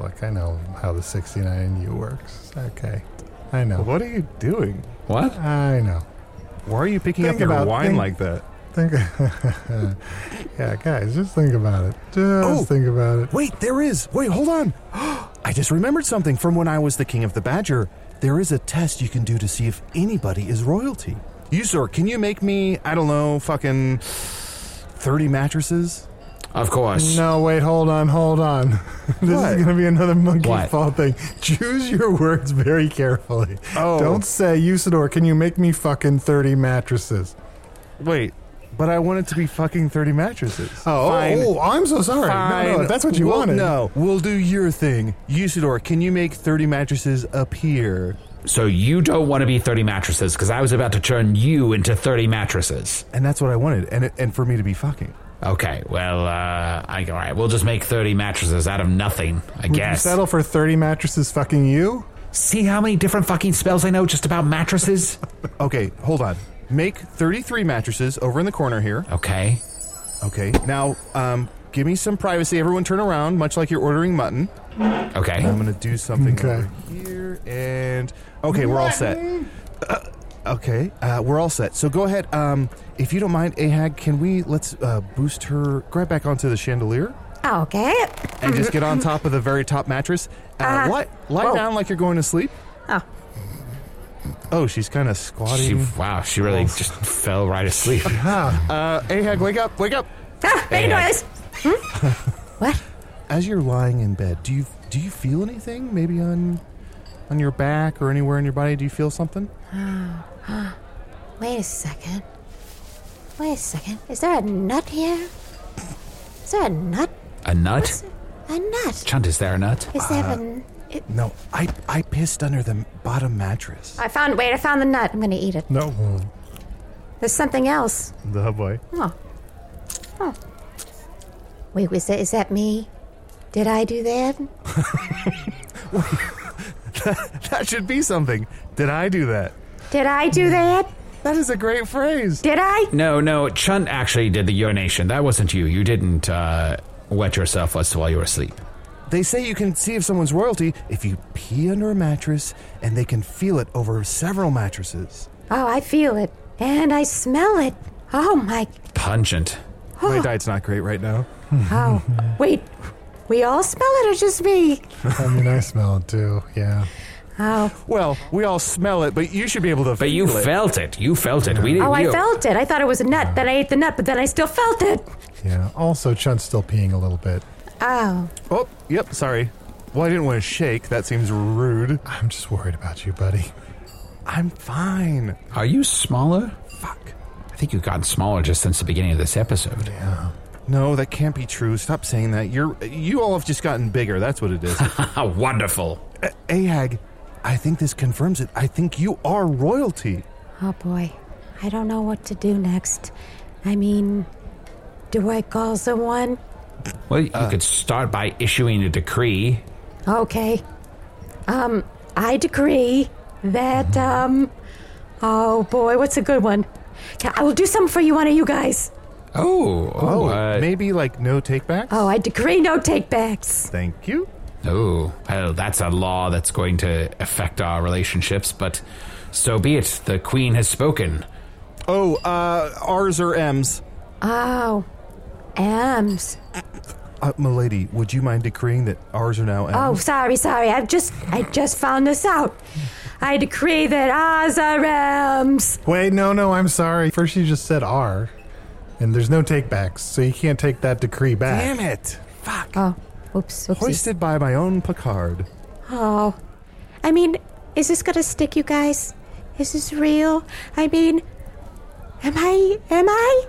S3: Look, I know how the 69U works. Okay, I know.
S5: What are you doing?
S4: What?
S3: I know.
S5: Why are you picking
S3: Think
S5: up your
S3: about-
S5: wine
S3: think-
S5: like that?
S3: Think. yeah, guys, just think about it. Just think about it.
S5: Wait, there is. Wait, hold on. I just remembered something from when I was the king of the badger. There is a test you can do to see if anybody is royalty. You, sir, can you make me, I don't know, fucking 30 mattresses?
S4: Of course.
S3: No, wait, hold on, hold on. this is
S5: What?
S3: going to be another monkey
S4: What?
S3: fall thing. Choose your words very carefully.
S5: Oh.
S3: Don't say, Usador, can you make me fucking 30 mattresses?
S5: Wait, but I want it to be fucking 30 mattresses.
S3: Oh,
S5: Fine.
S3: oh, oh, I'm so sorry. No, no,
S5: Fine.
S3: if that's what you
S5: We'll-
S3: wanted.
S5: No, we'll do your thing. Usador, can you make 30 mattresses appear?
S4: So you don't want to be 30 mattresses because I was about to turn you into 30 mattresses.
S5: And that's what I wanted, and, and for me to be fucking.
S4: Okay, well, uh, I, all right, we'll just make 30 mattresses out of nothing, I
S3: Would
S4: guess.
S3: you settle for 30 mattresses fucking you?
S4: See how many different fucking spells I know just about mattresses?
S5: Okay, hold on. Make 33 mattresses over in the corner here.
S4: Okay.
S5: Okay, now, um, give me some privacy. Everyone turn around, much like you're ordering mutton. I'm
S4: Okay.
S5: going to do something
S3: Okay.
S5: over here, and... Okay, we're all set. Okay, uh, we're all set. So go ahead. Um, if you don't mind, Ahag, can we let's uh, boost her? Grab back onto the chandelier
S6: Okay.
S5: and just get on top of the very top mattress. Uh,
S6: Uh,
S5: lie lie
S6: whoa.
S5: down like you're going to sleep.
S6: Oh.
S5: Oh, she's kind of
S4: She,
S5: squatting.
S4: wow, she really just fell right asleep.
S5: Uh, Ahag, wake up, wake up!
S6: Ah, make a
S4: Yeah.
S6: noise. Hmm?
S5: As you're lying in bed, do you do you feel anything? Maybe on on your back or anywhere in your body? Do you feel something?
S6: Wait a second. Wait a second. Is there a nut here? Is there a nut?
S4: A nut?
S6: A nut?
S4: Chunt, is there a nut?
S6: Is there a?
S5: No, I I pissed under the bottom mattress.
S6: I found. Wait, I found the nut. I'm gonna eat it.
S3: No,
S6: There's something else.
S3: the boy.
S6: Oh. Oh. Wait, was that, is that me? Did I do that?
S5: that should be something. Did I do that?
S6: Did I do that?
S5: That is a great phrase.
S6: Did I?
S4: No, no, Chun actually did the urination. That wasn't you. You didn't uh, wet yourself while you were asleep.
S5: They say you can see if someone's royalty if you pee under a mattress and they can feel it over several mattresses.
S6: Oh, I feel it. And I smell it. Oh my.
S4: Pungent.
S5: My diet's not great right now.
S6: Oh. Wait. We all smell it or just me?
S3: I mean, I smell it too. Yeah.
S6: Oh.
S5: Well, we all smell it, but you should be able to
S4: But you
S5: feel it.
S4: felt it. You felt it. We didn't.
S6: Oh, I
S4: you-
S6: felt it. I thought it was a nut. Then I ate the nut, but then I still felt it.
S3: Yeah. Also, Chun's still peeing a little bit.
S6: Oh.
S5: oh, yep, sorry. Well, I didn't want to shake. That seems rude.
S3: I'm just worried about you, buddy.
S5: I'm fine.
S4: Are you smaller?
S5: Fuck.
S4: I think you've gotten smaller just since the beginning of this episode.
S5: No, that can't be true. Stop saying that. You're you all have just gotten bigger. That's what it is.
S4: How wonderful.
S5: A- Ahag, I think this confirms it. I think you are royalty.
S6: Oh boy. I don't know what to do next. I mean, do I call someone?
S4: Well, you could start by issuing a decree.
S6: Okay. Um, I decree that, um, oh boy, what's a good one? Yeah, I will do something for you, one of you guys.
S4: Oh, oh,
S5: Oh,
S4: uh,
S5: maybe like no takebacks.
S6: Oh, I decree no takebacks.
S5: Thank you.
S4: oh, well, that's a law that's going to affect our relationships, but so be it. The queen has spoken.
S5: Oh, uh, R's or M's.
S6: Oh, M's.
S5: Uh, milady, would you mind decreeing that R's are now
S6: Oh,
S5: M's?
S6: sorry, sorry. I've just, I just found this out. I decree that ours are M's.
S3: Wait, no, no, I'm sorry. First, you just said R, and there's no takebacks, so you can't take that decree back.
S5: Damn it. Fuck.
S6: Oh, oops, oops.
S5: Hoisted by my own Picard.
S6: Oh, I mean, is this gonna stick, you guys? Is this real? I mean, am I? Am I?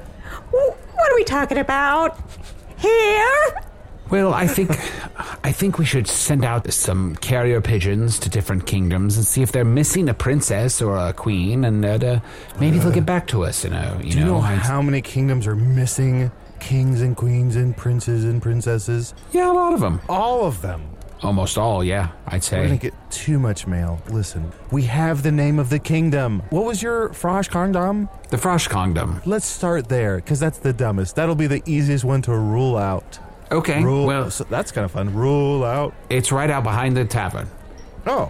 S6: Wh- What are we talking about here?
S4: Well, I think I think we should send out some carrier pigeons to different kingdoms and see if they're missing a princess or a queen, and uh, uh, maybe they'll get back to us. You know, you
S5: Do you
S4: know.
S5: know
S4: and-
S5: how many kingdoms are missing kings and queens and princes and princesses?
S4: yeah, a lot of them,
S5: All of them.
S4: almost all. Yeah, I'd
S5: We're gonna
S4: say.
S5: get too much mail. Listen, we have the name of the kingdom. What was your Frosh Kingdom?
S4: The Frosh Kingdom.
S5: Let's start there, because that's the dumbest. That'll be the easiest one to rule out.
S4: Okay.
S5: Rule.
S4: Eh, well,
S5: so that's kind of fun. Rule out.
S4: it's right out behind the tavern.
S5: Oh,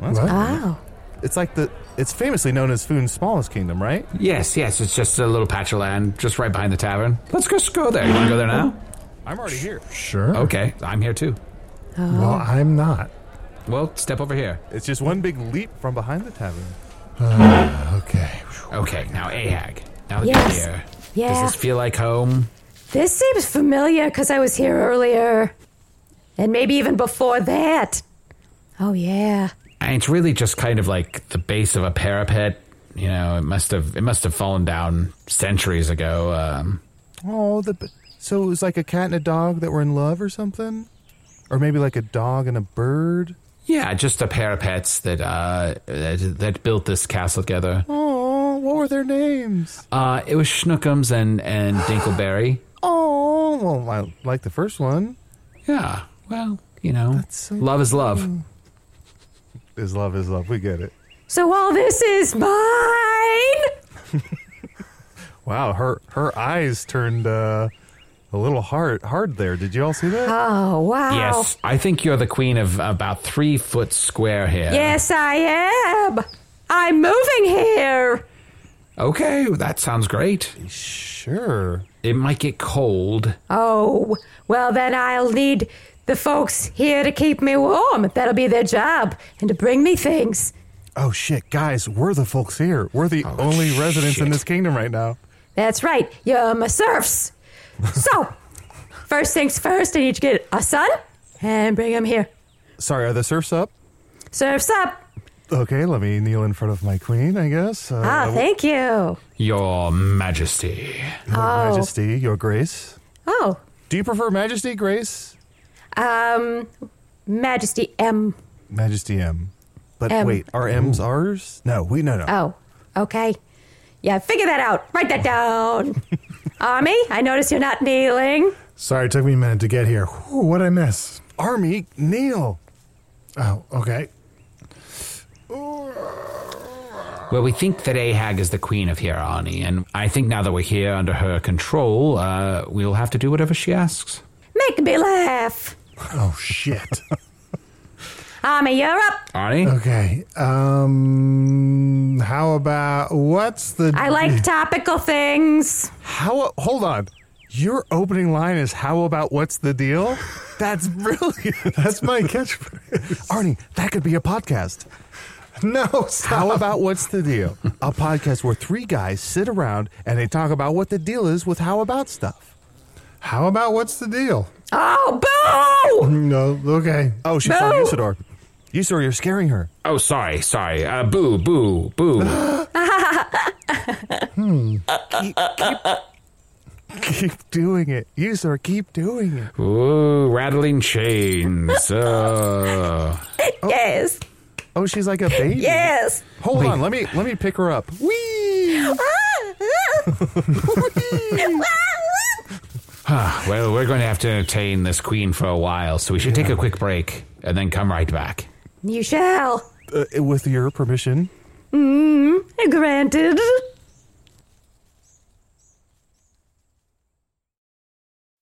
S3: What?
S6: Oh,
S5: it's like the. It's famously known as Foon's smallest kingdom, right?
S4: Yes, yes. It's just a little patch of land, just right behind the tavern. Let's just go there. You want to go there now?
S5: I'm already here. Oh.
S6: uh,
S3: Sure.
S4: Okay, I'm here too.
S3: Well, I'm not.
S4: Well, step over here.
S5: It's just one big leap from behind the tavern.
S3: Okay.
S4: Okay, now Ahag. Now that
S6: Yes.
S4: you're here,
S6: Yeah.
S4: does this feel like home?
S6: this seems familiar because I was here earlier, and maybe even before that. Oh yeah.
S4: And it's really just kind of like the base of a parapet. You know, it must have it must have fallen down centuries ago. Um,
S5: Oh, the. So it was like a cat and a dog that were in love, or something, or maybe like a dog and a bird.
S4: yeah, just the parapets that, uh, that that built this castle together.
S5: Oh, what were their names?
S4: Uh, it was Schnookums and and Dinkleberry.
S5: Oh, well, I like the first one.
S4: Yeah, well, you know,
S5: so
S4: love is love.
S5: Is love is love. We get it.
S6: So all this is mine.
S5: Wow, her her eyes turned uh, a little hard hard there. Did you all see that?
S6: Oh wow.
S4: Yes, I think you're the queen of about three foot square here.
S6: Yes, I am. I'm moving here.
S4: Okay, that sounds great.
S5: Sure.
S4: It might get cold.
S6: Oh, well, then I'll need the folks here to keep me warm. That'll be their job, and to bring me things.
S5: Oh shit, guys, we're the folks here. We're the only residents in
S4: shit.
S5: this kingdom right now.
S6: That's right, you're my serfs. so, first things first, I need to get a son and bring him here.
S5: Sorry, are the surfs up?
S6: Serfs up.
S5: Okay, let me kneel in front of my queen, I guess. Uh,
S6: Ah, thank you.
S4: Your Majesty.
S5: Your Majesty, Your Grace.
S6: Oh,
S5: Do you prefer Majesty, Grace?
S6: um, Majesty M.
S5: Majesty M. But
S6: M.
S5: wait, are M's ours? No, we no no.
S6: Oh, okay. Yeah, figure that out. Write that down. Army, I notice you're not kneeling.
S3: Sorry, it took me a minute to get here. Whew, what did I miss?
S5: Army Neil.
S3: Oh, okay.
S4: Well, we think that Ahag is the queen of Hierani, and I think now that we're here under her control, uh, we'll have to do whatever she asks.
S6: Make me laugh.
S3: Oh shit.
S6: Army, you're up.
S4: Arnie?
S3: okay. Um. How about what's the?
S6: I like topical things.
S5: How hold on. Your opening line is how about what's the deal? That's brilliant.
S3: That's my catchphrase.
S5: Arnie, that could be a podcast.
S3: No,
S5: How
S3: stop.
S5: about what's the deal? A podcast where three guys sit around and they talk about what the deal is with how about stuff.
S3: How about what's the deal?
S6: Oh, boo!
S3: No. Okay.
S5: Oh, she's
S6: No.
S5: on Usador. Usador, you're scaring her.
S4: Oh, sorry, sorry. Uh, boo, boo, boo.
S5: Keep doing it. Usador, keep doing it.
S4: Ooh, rattling chains. Uh,
S6: Yes,
S5: Oh, she's like a baby.
S6: yes.
S5: Hold on, let me let me pick her up. Whee!
S4: Ah, well, we're going to have to entertain this queen for a while, so we should take a quick break and then come right back.
S6: you shall. Mm-hmm.
S5: Uh, with your permission.
S6: Granted.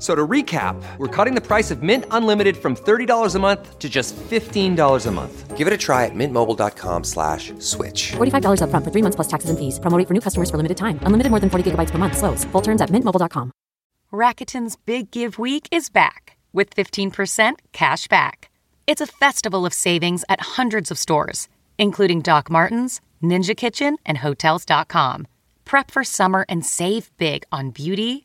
S8: So to recap, we're cutting the price of Mint Unlimited from $30 a month to just $15 a month. Give it a try at mintmobile.com slash switch.
S9: $45 upfront for three months plus taxes and fees. Promo rate for new customers for limited time. Unlimited more than 40 gigabytes per month. Slows. Full terms at mintmobile.com.
S1: Rakuten's Big Give Week is back with 15% cash back. It's a festival of savings at hundreds of stores, including Doc Martens, Ninja Kitchen, and Hotels.com. Prep for summer and save big on beauty,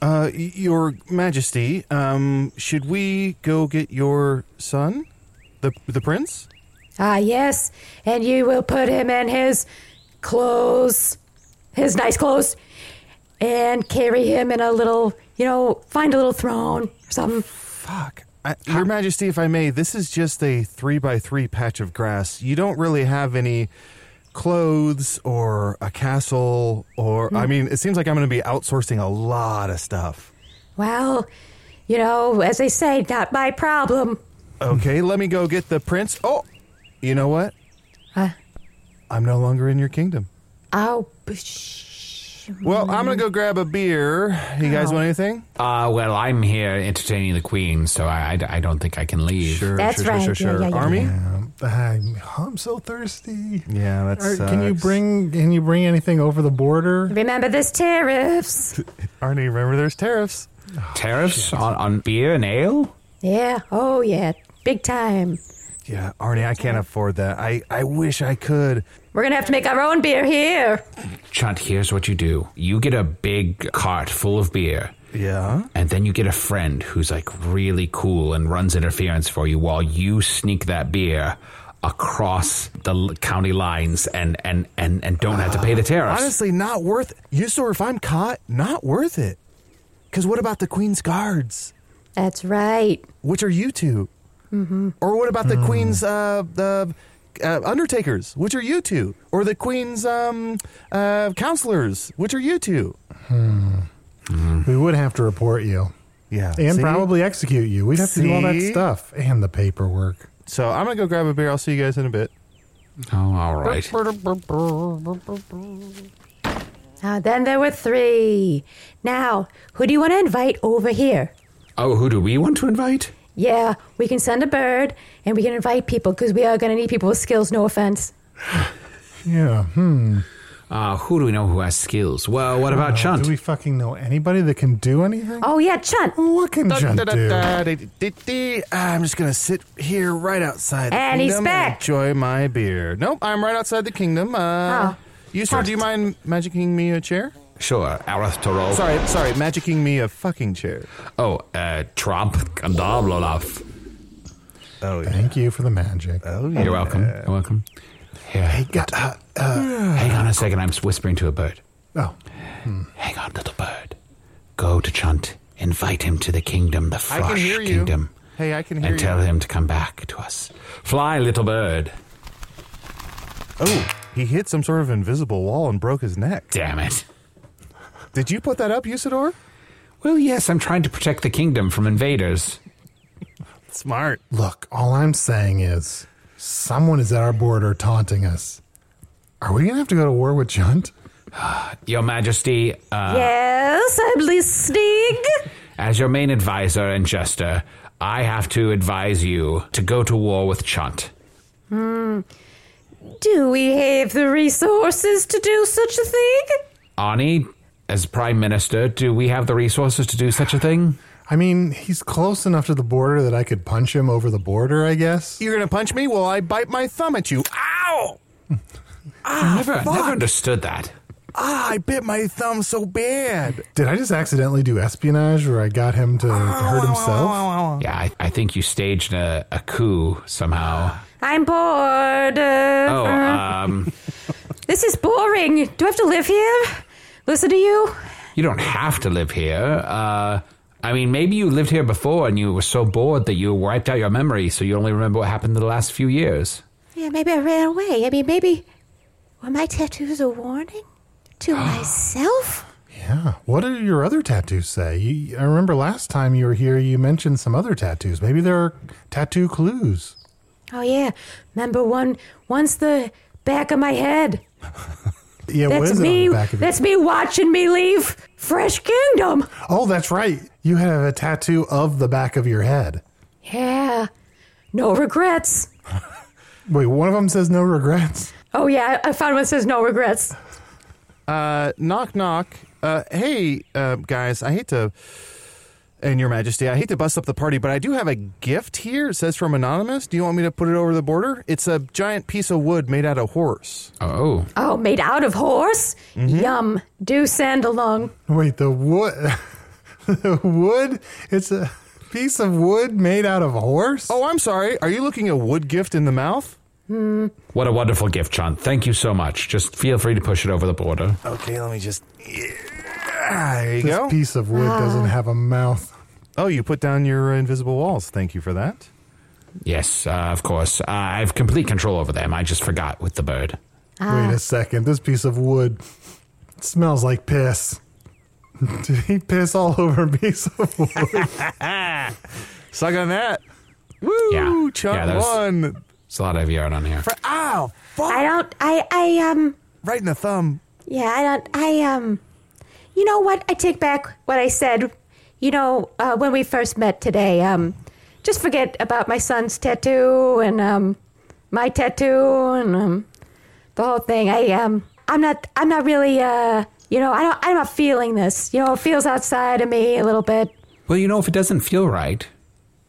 S5: Uh, y- your Majesty, um, should we go get your son, the the prince?
S6: Ah, yes. And you will put him in his clothes, his nice clothes, and carry him in a little, you know, find a little throne or something.
S5: Fuck. I, your Majesty, if I may, this is just a three by three patch of grass. You don't really have any clothes or a castle, or I mean, it seems like I'm going to be outsourcing a lot of stuff.
S6: Well, you know, as they say, not my problem.
S5: Okay, let me go get the prince. Oh, you know what?
S6: Huh?
S5: I'm no longer in your kingdom.
S6: Oh, sh-
S5: Well, I'm
S6: Mm-hmm.
S5: going to go grab a beer. You
S6: Oh.
S5: guys want anything?
S4: Uh, well, I'm here entertaining the queen, so I, I, I don't think I can leave.
S6: That's right. Yeah, yeah, yeah,
S5: Army?
S3: Um, I'm, I'm so thirsty.
S5: Yeah, that
S3: Or Can you
S5: sucks.
S3: bring Can you bring anything over the border?
S6: remember this tariffs.
S5: Arnie, remember there's tariffs.
S4: Tariffs on, on beer and ale?
S6: Yeah, oh yeah, big time.
S5: Yeah, Arnie, I can't afford that. I, I wish I could.
S6: We're gonna have to make our own beer here.
S4: Chunt, here's what you do you get a big cart full of beer.
S5: Yeah.
S4: And then you get a friend who's like really cool and runs interference for you while you sneak that beer across the l- county lines and and and, and don't have to pay the tariffs.
S5: Honestly, not worth You saw if I'm caught, not worth it. Cause what about the Queen's guards?
S6: That's right.
S5: Which are you 2 Mm-hmm. Or what about the Queen's uh the uh, undertakers? Which are you two? Or the Queen's um uh counselors? Which are you two?
S3: We would have to report you
S5: Yeah.
S3: and
S5: see?
S3: probably execute you. We'd have to do all that
S5: See?
S3: stuff and the paperwork.
S5: So I'm gonna go grab a beer. I'll see you guys in a bit.
S4: oh, all right.
S6: Uh, then there were three. Now, who do you want to invite over here?
S4: Oh, who do we want to invite?
S6: Yeah, we can send a bird and we can invite people because we are gonna need people with skills. No offense.
S3: Yeah. Hmm.
S4: Uh, who do we know who has skills? Well, what
S5: Uh,
S4: about Chunt?
S3: Do we fucking know anybody that can do anything?
S6: Oh yeah, Chunt.
S3: What can
S5: Da,
S3: Chunt
S5: da, da,
S3: do?
S5: da, da, da, da. I'm just gonna sit here right outside.
S6: And
S5: the
S6: he's
S5: kingdom
S6: back.
S5: enjoy my beer. Nope, I'm right outside the kingdom. Uh,
S6: Oh.
S5: you sir, do you mind magicking me a chair?
S4: Sure, Arath Torol.
S5: Sorry, sorry, magicking me a fucking chair.
S4: Oh, uh, Trump Kandablolaf.
S5: Oh yeah.
S3: Thank you for the magic.
S5: Oh yeah.
S4: You're welcome. You're welcome. Here, hey, got, uh, uh, hang on a second. I'm whispering to a bird.
S3: Oh.
S4: Hang on, little bird. Go to Chunt. Invite him to the kingdom, the
S5: I
S4: Frosh
S5: can hear you.
S4: kingdom.
S5: Hey, I can hear
S4: And
S5: you.
S4: tell him to come back to us. Fly, little bird.
S5: Oh, he hit some sort of invisible wall and broke his neck.
S4: Damn it.
S5: Did you put that up, Usador?
S4: Well, yes, I'm trying to protect the kingdom from invaders.
S5: Smart.
S3: Look, all I'm saying is someone is at our border taunting us. Are we going to have to go to war with Chunt?
S4: Your Majesty,
S6: Ah.
S4: uh,
S6: Yes, I'm listening.
S4: as your main advisor and jester, I have to advise you to go to war with Chunt.
S6: Do we have the resources to do such a thing?
S4: Ani, as Prime Minister, do we have the resources to do such a thing?
S3: I mean, he's close enough to the border that I could punch him over the border, I guess.
S5: You're gonna punch me? Well, I bite my thumb at you. Ow!
S4: never, never understood that.
S5: Ah, I bit my thumb so bad.
S3: Did I just accidentally do espionage where I got him to hurt himself?
S4: Yeah, I, I think you staged a, a coup somehow.
S6: I'm bored. Uh,
S4: Oh, um,
S6: This is boring. Do I have to live here? Listen to you?
S4: you don't have to live here. Uh, I mean, maybe you lived here before and you were so bored that you wiped out your memory, so you only remember what happened in the last few years.
S6: Yeah, maybe I ran away. I mean, maybe. Were my tattoos a warning to myself?
S3: Yeah. What do your other tattoos say? You, I remember last time you were here, you mentioned some other tattoos. Maybe there are tattoo clues.
S6: Oh yeah, remember one? Once the back of my head.
S3: Yeah, what
S6: That's
S3: is it
S6: me.
S3: on the back of your
S6: That's me watching me leave Fresh Kingdom.
S3: Oh, that's right. You have a tattoo of the back of your head.
S6: Yeah, no regrets.
S3: Wait, one of them says no regrets.
S6: Oh yeah, I found one that says no regrets.
S5: Uh, knock, knock. Uh, hey, uh, guys, I hate to. And Your Majesty, I hate to bust up the party, but I do have a gift here. It says from Anonymous. Do you want me to put it over the border? It's a giant piece of wood made out of horse.
S4: Oh,
S6: Oh, made out of horse.
S3: Mm-hmm.
S6: Yum. Do send along.
S3: Wait, the wood. the wood? It's a piece of wood made out of a horse?
S5: Oh, I'm sorry. Are you looking a wood gift in the mouth?
S4: what a wonderful gift, Chunt. Thank you so much. Just feel free to push it over the border.
S5: Okay, let me just. Yeah, there you
S3: this
S5: go.
S3: piece of wood doesn't have a mouth.
S5: Oh, you put down your uh, invisible walls. Thank you for that.
S4: Yes, uh, of course. Uh, I have complete control over them. I just forgot with the bird.
S3: Wait a second. This piece of wood smells like piss. Did he piss all over a piece of wood?
S5: Suck on that. Woo!
S4: Yeah.
S5: Chunt
S4: Yeah, that was-
S5: one.
S4: There's a lot of yarn on here.
S5: Ow! Fuck!
S6: I don't. I. I um.
S5: Right in the thumb.
S6: Yeah, I don't. I um, you know what? I take back what I said. You know, uh, when we first met today, um, just forget about my son's tattoo and um, my tattoo and um, the whole thing. I um, I'm not. I'm not really. Uh, you know, I don't. I'm not feeling this. You know, it feels outside of me a little bit.
S4: Well, you know, if it doesn't feel right,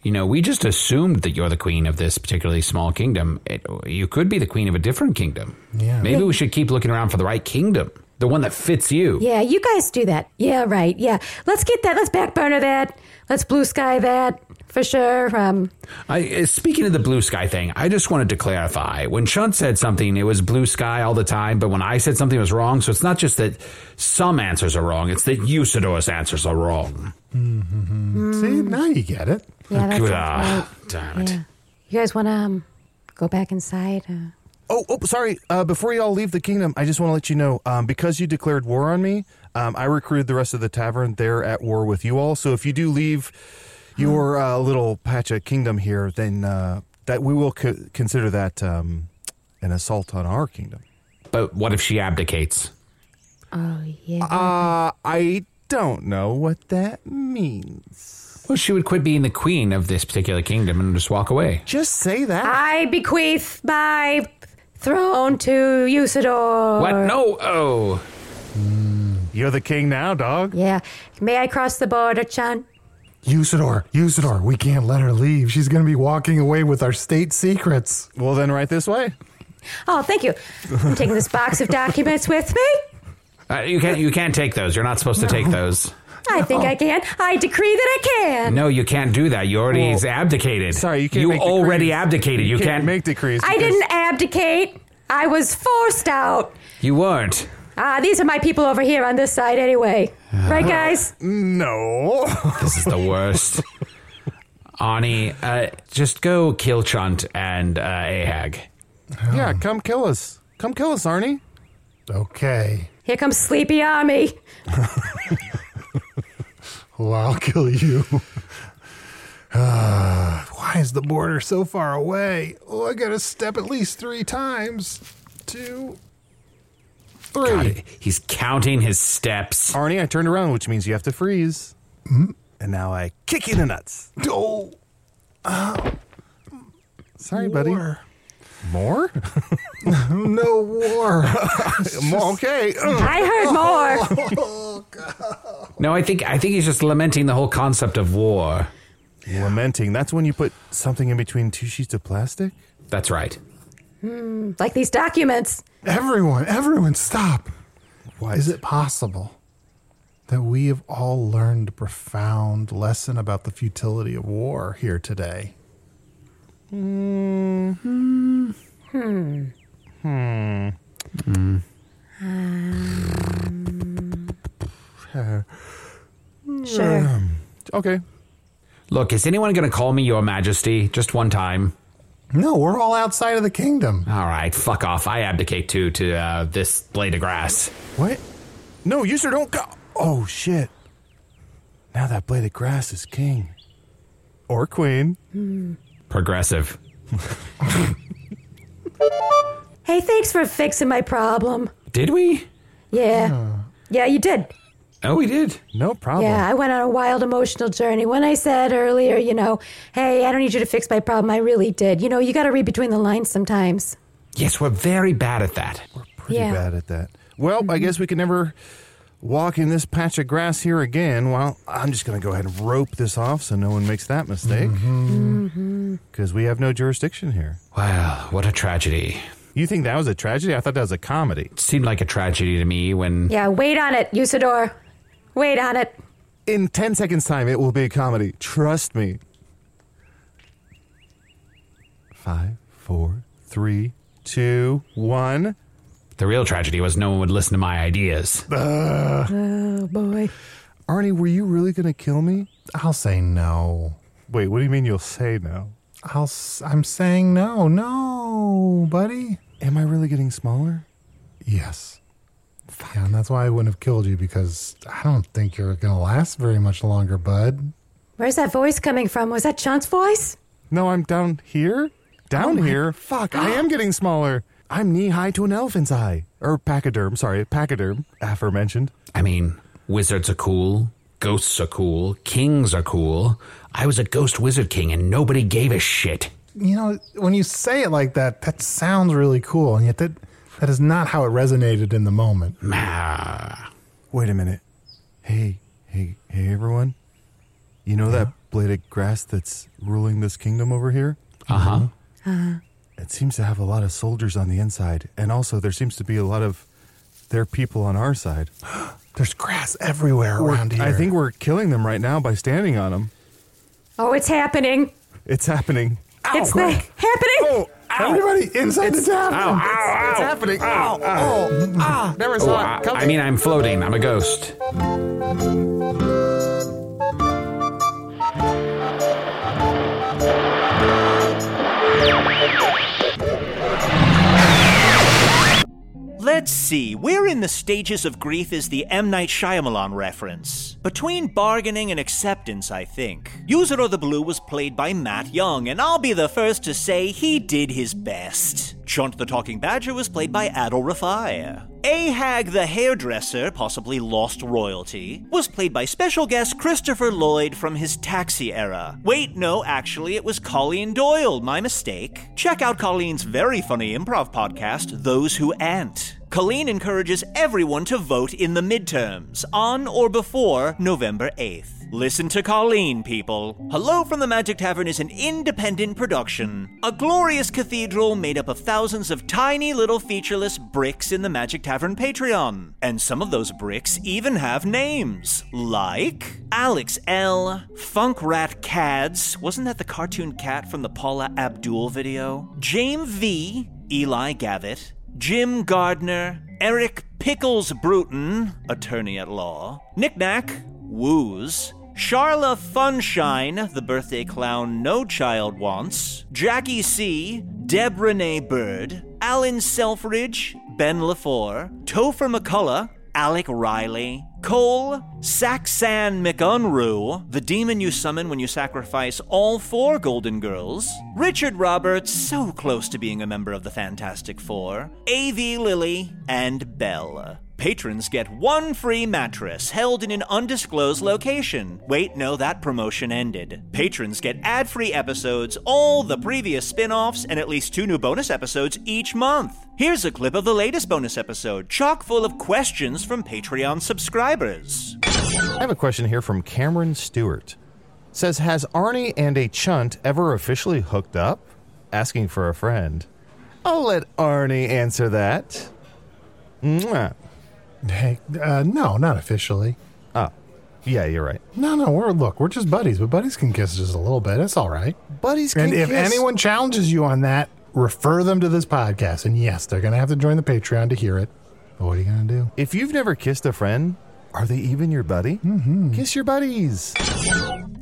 S4: you know, we just assumed that you're the queen of this particularly small kingdom. It, you could be the queen of a different kingdom.
S3: Yeah.
S4: Maybe we should keep looking around for the right kingdom, the one that fits you.
S6: Yeah, you guys do that. Yeah, right. Yeah, let's get that. Let's back burner that. Let's blue sky that for sure. Um,
S4: I, uh, speaking of the blue sky thing, I just wanted to clarify. When Chunt said something, it was blue sky all the time, but when I said something, it was wrong. So it's not just that some answers are wrong, it's that Usador's answers are wrong.
S5: Mm.
S3: See, now you get it.
S6: yeah, that's
S4: Ah, damn it.
S6: You guys want to um, go back inside? Uh,
S5: Oh, oh, sorry. Uh, before y'all leave the kingdom, I just want to let you know um, because you declared war on me, um, I recruited the rest of the tavern. They're at war with you all. So if you do leave your uh, little patch of kingdom here, then uh, that we will co- consider that um, an assault on our kingdom.
S4: But what if she abdicates?
S6: oh, yeah.
S5: Uh, I don't know what that means.
S4: Well, she would quit being the
S6: Ah.
S4: queen of this particular kingdom and just walk away.
S5: Just say that.
S6: I bequeath my Thrown to Usador.
S4: What? No. Oh.
S5: You're the king now, dog.
S6: Yeah. May I cross the border, Chan?
S3: Usador, Usador, we can't let her leave. She's going to be walking away with our state secrets.
S5: Well, then, right this way.
S6: Oh, thank you. I'm taking this box of documents with me.
S4: Uh, you can't. You can't take those. You're not supposed to take those.
S6: I think I can. I decree that I can.
S4: No, you can't do that. You already
S5: Well,
S4: abdicated.
S5: Sorry, you can't.
S4: You
S5: make
S4: already
S5: decrees.
S4: abdicated. You, can't,
S5: make decrees.
S6: I
S5: because-
S6: didn't abdicate. I was forced out.
S4: You weren't.
S6: Ah, these are my people over here on this side anyway.
S4: Uh-huh.
S6: Right, guys?
S5: No.
S4: This is the worst. Arnie, uh, just go kill Chunt and uh, Ahag.
S5: yeah, come kill us. Come kill us, Arnie.
S3: Okay.
S6: Here comes Sleepy Army.
S3: Well, I'll kill you. Ah, why is the border so far away? Oh, I got to step at least three times. Two, three.
S4: God, he's counting his steps.
S5: Arnie, I turned around, which means you have to freeze. And now I kick you in the nuts.
S3: Hmm? Oh,
S5: Sorry, buddy.
S3: war.
S5: More?
S3: No war.
S5: More? Okay.
S6: I heard
S4: Oh.
S6: more.
S4: No, I think I think he's just lamenting the whole concept of war.
S5: Lamenting. That's when you put something in between two sheets of plastic.
S4: That's right.
S6: like these documents.
S3: everyone, everyone, stop.
S5: Why
S3: Is it possible that we have all learned a profound lesson about the futility of war here today?
S6: Sure.
S5: Okay.
S4: Look, is anyone going to call me Your Majesty just one time?
S3: No, we're all outside of the kingdom.
S4: All right, fuck off. I abdicate too to uh, this blade of grass.
S5: What? No, user, don't go. Oh, shit. Now that blade of grass is king. Or queen.
S4: Progressive.
S6: Hey, thanks for fixing my problem.
S4: Did we?
S6: Yeah. Yeah, you did.
S4: Oh, we did.
S5: No problem.
S6: Yeah, I went on a wild emotional journey. When I said earlier, you know, hey, I don't need you to fix my problem, I really did. You know, you got to read between the lines sometimes.
S4: Yes, we're very bad at that.
S5: Pretty
S6: Yeah.
S5: bad at that. Well, I guess we can never walk in this patch of grass here again. Well, I'm just going to go ahead and rope this off so no one makes that mistake. Because we have no jurisdiction here.
S4: Well, what a tragedy.
S5: You think that was a tragedy? I thought that was a comedy.
S4: Seemed like a tragedy to me when
S6: Yeah, wait on it, Usador. Wait on it.
S5: In 10 seconds' time, it will be a comedy. Trust me. Five, four, three, two, one.
S4: the real tragedy was no one would listen to my ideas.
S6: Oh, boy.
S5: Arnie, were you really going to kill me?
S3: I'll say no.
S5: Wait, what do you mean you'll say no?
S3: I'll. s- I'm saying no, no, buddy.
S5: Am I really getting smaller?
S3: Yes. Yeah, and that's why I wouldn't have killed you because I don't think you're gonna last very much longer, bud.
S6: Where's that voice coming from? Was that Chunt's voice?
S5: No, I'm down here.
S3: Oh
S5: Down here? Fuck, I am getting smaller. I'm knee high to an elephant's eye. Or pachyderm, sorry, pachyderm, aforementioned.
S4: I mean, wizards are cool, ghosts are cool, kings are cool. I was a ghost wizard king and nobody gave a shit.
S3: You know, when you say it like that, that sounds really cool, and yet that that is not how it resonated in the moment.
S4: Ah,
S5: Wait a minute. Hey, hey, hey, everyone. You know that blade of grass that's ruling this kingdom over here?
S4: Uh-huh.
S5: It seems to have a lot of soldiers on the inside, and also there seems to be a lot of their people on our side.
S3: There's grass everywhere
S5: We're-
S3: around here.
S5: I think we're killing them right now by standing on them.
S6: Oh, it's happening.
S5: It's happening. Oh,
S6: it's the, happening.
S3: everybody inside the tavern.
S5: It's happening. Ow, ow, ah, never
S4: Oh, I, I mean, I'm floating. I'm a ghost.
S2: Let's see, where in the stages of grief is the M. Night Shyamalan reference? Between bargaining and acceptance, I think. User of the Blue was played by Matt Young, and I'll be the first to say he did his best. Chunt the Talking Badger was played by Adol Rafai. Ahag the Hairdresser, possibly lost royalty, was played by special guest Christopher Lloyd from his taxi era. Wait, no, actually, it was Colleen Doyle, my mistake. Check out Colleen's very funny improv podcast, Those Who Ant. Colleen encourages everyone to vote in the midterms, on or before November 8th. Listen to Colleen, people. Hello from the Magic Tavern is an independent production, a glorious cathedral made up of thousands of tiny little featureless bricks in the Magic Tavern Patreon. And some of those bricks even have names, like Alex L, Funk Rat Cads, wasn't that the cartoon cat from the Paula Abdul video? James V, Eli Gavitt, Jim Gardner, Eric Pickles Bruton, attorney at law, Knickknack, Woos, Charla Funshine, the birthday clown no child wants, Jackie C., Deb Renee Bird, Alan Selfridge, Ben LaFour, Topher McCullough, Alec Riley, Cole, Saxan McUnru, the demon you summon when you sacrifice all four Golden Girls, Richard Roberts, so close to being a member of the Fantastic Four, A.V. Lilly, and Belle. Patrons get one free mattress held in an undisclosed location. Wait, no, that promotion ended. Patrons get ad free episodes, all the previous spin offs, and at least two new bonus episodes each month. Here's a clip of the latest bonus episode, chock full of questions from Patreon subscribers.
S5: I have a question here from Cameron Stewart. Says, has Arnie and a chunt ever officially hooked up? Asking for a friend. I'll let Arnie answer that. Mwah.
S3: Hey, uh, no, not officially.
S5: Oh, yeah, you're right.
S3: No, no, we're look, we're just buddies, but buddies can kiss just a little bit. It's all right.
S5: Buddies can
S3: And if
S5: kiss.
S3: anyone challenges you on that, refer them to this podcast. And yes, they're gonna have to join the Patreon to hear it. But what are you gonna do?
S5: If you've never kissed a friend, are they even your buddy? Mm-hmm. Kiss your buddies.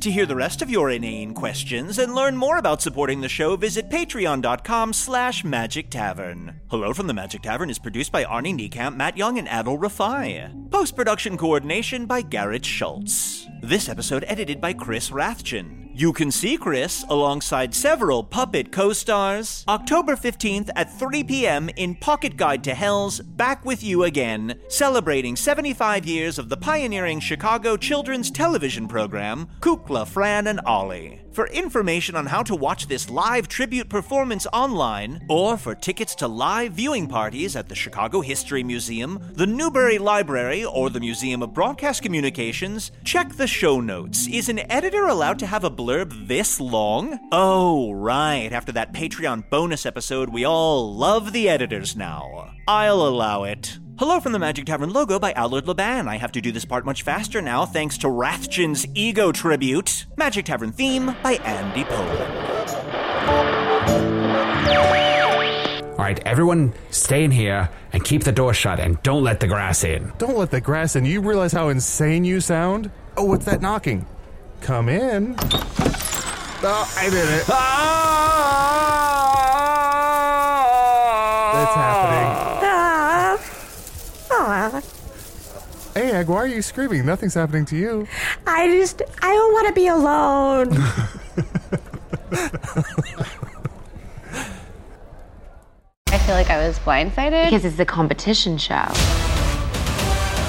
S2: To hear the rest of your inane questions and learn more about supporting the show, visit patreon.com slash magic tavern. Hello from the Magic Tavern is produced by Arnie Niekamp, Matt Young, and Adol Rafai. Post-production coordination by Garrett Schultz. This episode edited by Chris Rathjen. You can see Chris alongside several puppet co-stars October 15th at 3 p.m. in Pocket Guide to Hell's Back with You Again, celebrating 75 years of the pioneering Chicago children's television program Kukla, Fran, and Ollie. For information on how to watch this live tribute performance online, or for tickets to live viewing parties at the Chicago History Museum, the Newberry Library, or the Museum of Broadcast Communications, check the show notes. Is an editor allowed to have a blurb this long? Oh, right, after that Patreon bonus episode, we all love the editors now. I'll allow it. Hello from the Magic Tavern logo by Allard Laban. I have to do this part much faster now thanks to Rathjen's ego tribute. Magic Tavern theme by Andy Poland.
S4: All right, everyone stay in here and keep the door shut and don't let the grass in.
S5: Don't let the grass in. You realize how insane you sound? Oh, what's that knocking? Come in. Oh, I did it. That's happening.
S6: Ah,
S5: Oh.
S6: ah.
S5: Hey, Egg, why are you screaming? Nothing's happening to you.
S6: I just, I don't want to be alone.
S10: I feel like I was blindsided because it's the competition show.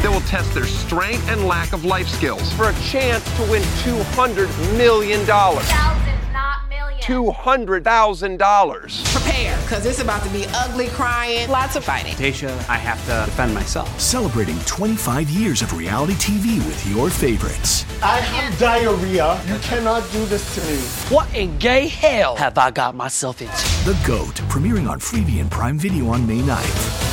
S8: that will test their strength and lack of life skills for a chance to win $200 million.
S10: Thousands, not millions.
S8: $200,000.
S11: Prepare, because it's about to be ugly crying, lots of fighting.
S12: Tasha, I have to defend myself.
S13: Celebrating 25 years of reality TV with your favorites.
S12: I have diarrhea. You cannot do this to me. What in gay hell have I got myself into?
S13: The GOAT, premiering on Freebie and Prime Video on May 9th.